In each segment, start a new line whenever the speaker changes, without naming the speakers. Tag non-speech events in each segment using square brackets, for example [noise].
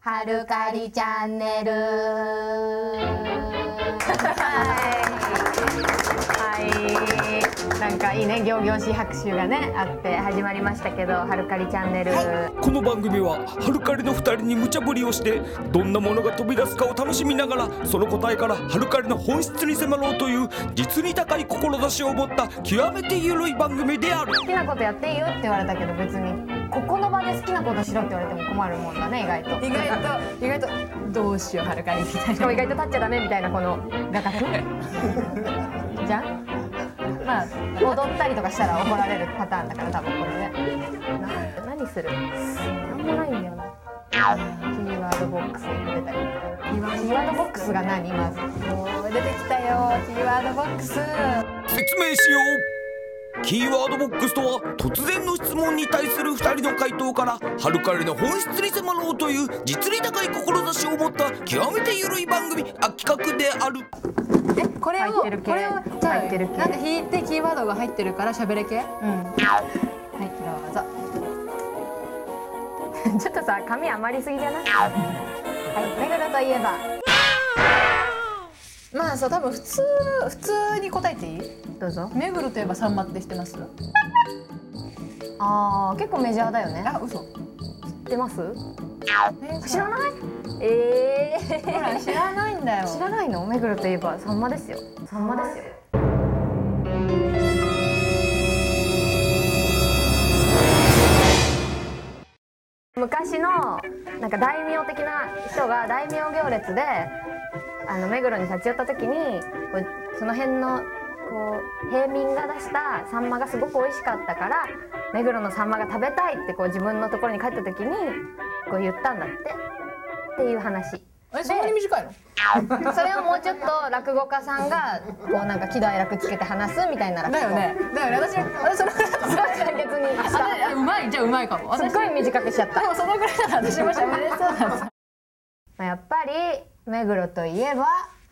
はるかりチャンネル。はい。はい。なんかいいね、行々しい拍手がね、あって始まりましたけど、はるかりチャンネル。
この番組はハルカリの2人に無茶ぶりをしてどんなものが飛び出すかを楽しみながらその答えからハルカリの本質に迫ろうという実に高い志を持った極めて緩い番組である
好きなことやっていいよって言われたけど、別に。ここの場で好きなことしろって言われても困るもんだね、意外と。
意外と意外とどうしようはるかにみたい
しか
な
も意外と立っちゃダメみたいなこの画
[laughs]
角じゃんまあ踊ったりとかしたら怒られるパターンだから多分これねな何するなんもないんだよなキーワードボックスに出たりキーワードボックスが何まず
もう出てきたよキーワードボックス
説明しようキーワードボックスとは突然の質問に対する2人の回答からハルカリの本質に迫ろうという実に高い志を持った極めて緩い番組あ企画である
えこれ
入っ
を
てる系
これをじゃあ
入ってる系
なんか引いてキーワードが入ってるから喋れ系
うんはいどうぞ [laughs] ちょっとさ髪余りすぎじゃないはい目黒といえば
まあさ多分普通普通に答えていい
どうぞ
目黒といえばサンマって知ってます
あー結構メジャーだよね
あ嘘
知ってます
え
知らないええ
ほら知らないんだよ
知らないの目黒といえばサンマですよサンマですよ昔のなんか大名的な人が大名行列であの目黒に立ち寄った時にこうその辺のこう平民が出したサンマがすごく美味しかったから目黒のサンマが食べたいってこう自分のところに帰った時にこう言ったんだってっていう話。
えそんなに短いの
それをもうちょっと落語家さんがこうなんか喜怒哀楽つけて話すみたいな落語
だよねだよね私私その
すごい簡潔 [laughs] にした
あうまいじゃあうまいかも
すっ
私
ごい短くしちゃった、 [laughs]
で
ま
もそのぐらいなら私も喋れそうだった
あ、やっぱり目黒といえば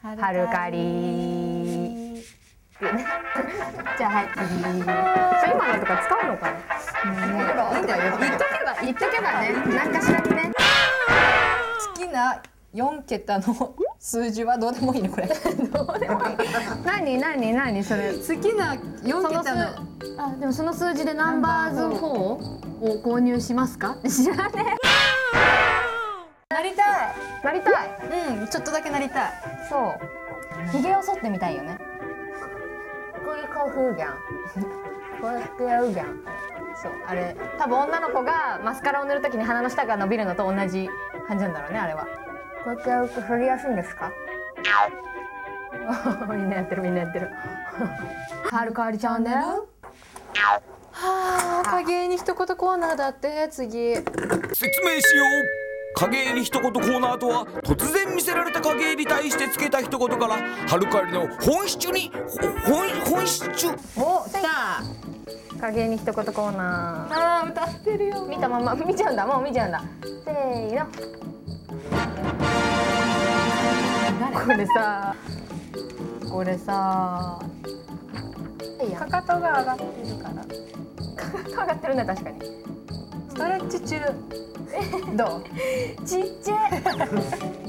はるかり [laughs] じゃあはい次今のとか使うのかな、うん、言っとけば言っとけばね何かしらにね
好きな四桁の数字はどうでもいいね [laughs] これ
何何何それ
好きな四
その数
桁の
あでもその数字でナンバーズ4を購入しますか知らね
なりたい
えなりたい
うんちょっとだけなりたい
そう。ひげを剃ってみたいよね。こういう顔風じゃん。こうやってやるじゃん。そう、あれ、多分女の子がマスカラを塗るときに鼻の下が伸びるのと同じ感じなんだろうね、あれは。こうやってやると剃りやすいんですか。 [laughs] みんなやってる、みんなやってる。 [laughs] はるかわりちゃんだよ。
はあ影絵に一言コーナーだって次
説明しよう影絵に一言コーナーとは突然見せられた影絵に対してつけた一言からはるかりの本質にほ本本質
お来た
影絵に一言コーナー。
あー歌ってるよ
見たまま、見ちゃうんだ、もう見ちゃうんだ。せーの。これさこれさいや
かかとが上がってるから
かかと上がってるね確かに
ストレッ
[laughs]
チ中どう
ちっちゃい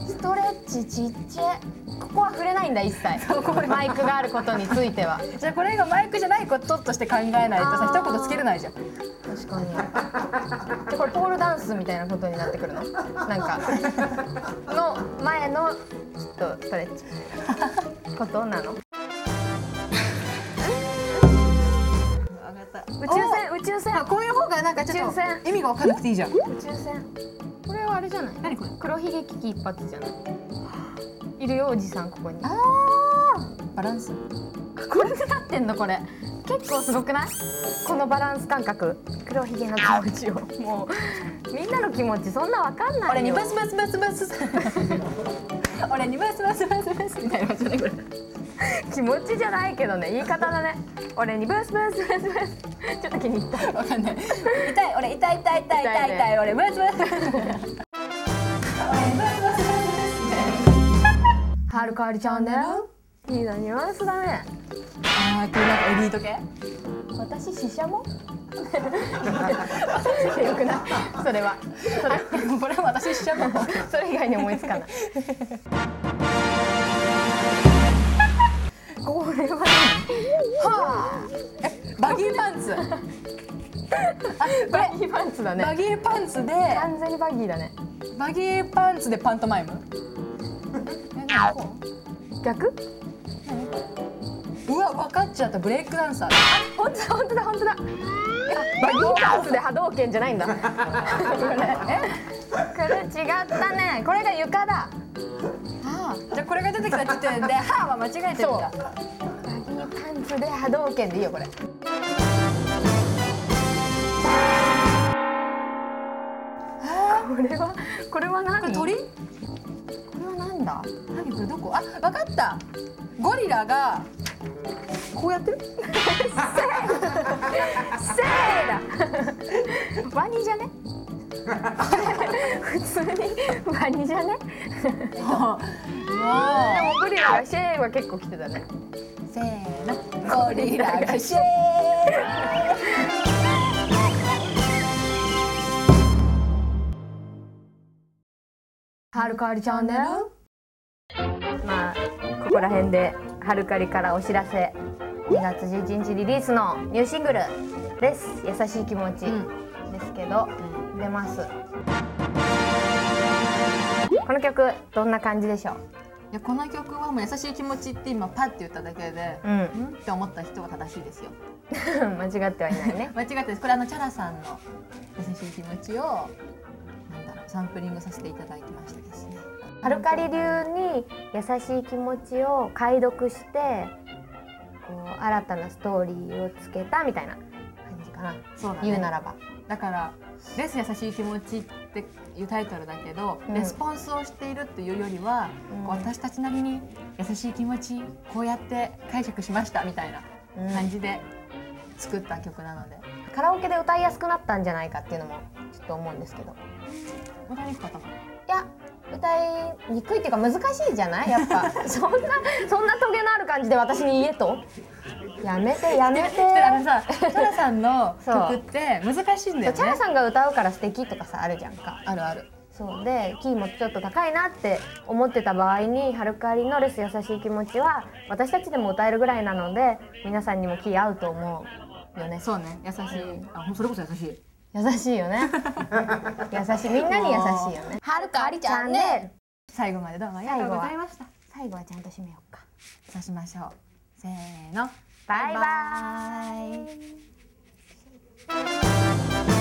ストレッチちっちゃいここは触れないんだ一切マイクがあることについては
[laughs] じゃあこれがマイクじゃないこととして考えないとさ
あー
一言つけれないじゃん
確かにでこれポールダンスみたいなことになってくるのなんかの前のちょっとストレッチ
[laughs]
ことなの宇宙船宇宙船
あこういう方がなんかちょっ
抽選
と意味が分かんなくていいじゃん
宇宙船これはあれじゃない
何これ
黒ひげ危機一発じゃないいるよおじさんここに
バランス
これでなってんのこれ結構すごくないこのバランス感覚黒ひげの気持ちをもうみんなの気持ちそんなわかんないよ
俺にバスバスバスバス [laughs] 俺にバスバスバスバスみたいな感じでこれ
気持ちじゃないけどね言い方だね俺にブースブースブースブースちょっと気に入った
わかんない痛い俺痛い痛い痛い痛い痛い俺ブスブスブス
はるかわりチャンネルいいなニュアンスだね
あーこれなんかエリート系 [laughs]
私シシャモよくないそれはそれ
これは私しちゃったの。
それ以外に思いつかない
これは。はあ。バギーパンツ。あ、これ
バギーパンツだ
バ
ね
ギーパンツで
完全にバギーだね
バギーパンツでパントマイム。えなんかこう
逆
うわ分かっちゃったブレイクダンサーだ
本当だ本当だ本当だえバギーパンツで波動拳じゃないんだこれえこれ違ったねこれが床だ
ああじゃあこれが出てきた時点で「は」は間違えてるんだ
バギーパンツで波動拳でいいよこれこれはこれは何
これ [laughs] 鳥
これは何だ
何これどこあ分かったゴリラがこうやってる
せーだワニじゃね普通にワニじゃねで
わ
もゴリラがシェーは結構来てたね
せーのゴリラがシェー
はるかわりチャンネルまあここら辺ではるかりからお知らせ2月11日リリースのニューシングルです優しい気持ちですけど、出ますこの曲どんな感じでしょう
いやこの曲はもう優しい気持ちって今パッて言っただけで
うん
うんって思った人が正しいですよ
[laughs] 間違ってはいないね
間違ってないですこれあのチャラさんの優しい気持ちをなんだろうサンプリングさせていただいてましてですね
はるかり流に優しい気持ちを解読してこう新たなストーリーをつけたみたいな感じかな、
そうだね
言うならば
だから「レス優しい気持ち」っていうタイトルだけど、
うん
レスポンスをしているっていうよりは、
うん
こう私たちなりに優しい気持ちこうやって解釈しましたみたいな
うん
感じで作った曲なので、
カラオケで歌いやすくなったんじゃないかっていうのもちょっと思うんですけどい
歌いにくかったかな
や歌いにくいっていうか難しいじゃないやっ
[laughs]
ぱそんなそんなトゲのある感じで私に言えとやめてや
[laughs]
めて
であのさチャラさんの
そう
曲って難しいん
そ
だよ
うチャラ
ね
さんが歌うから素敵とかさあるじゃんか
あるある
そうでキーもちょっと高いなって思ってた場合に「はるかりのレス優しい気持ち」は私たちでも歌えるぐらいなので皆さんにもキー合うと思うよね
そうね優しい、あほんそれこそ優しい
優しいよ
[laughs]
ね優しいみんなに優しいよねはるかりちゃんね
最後までどうもありがとうございました
最後はちゃんと締めようか
そうしましょうせーの
バイバイ
バイバイ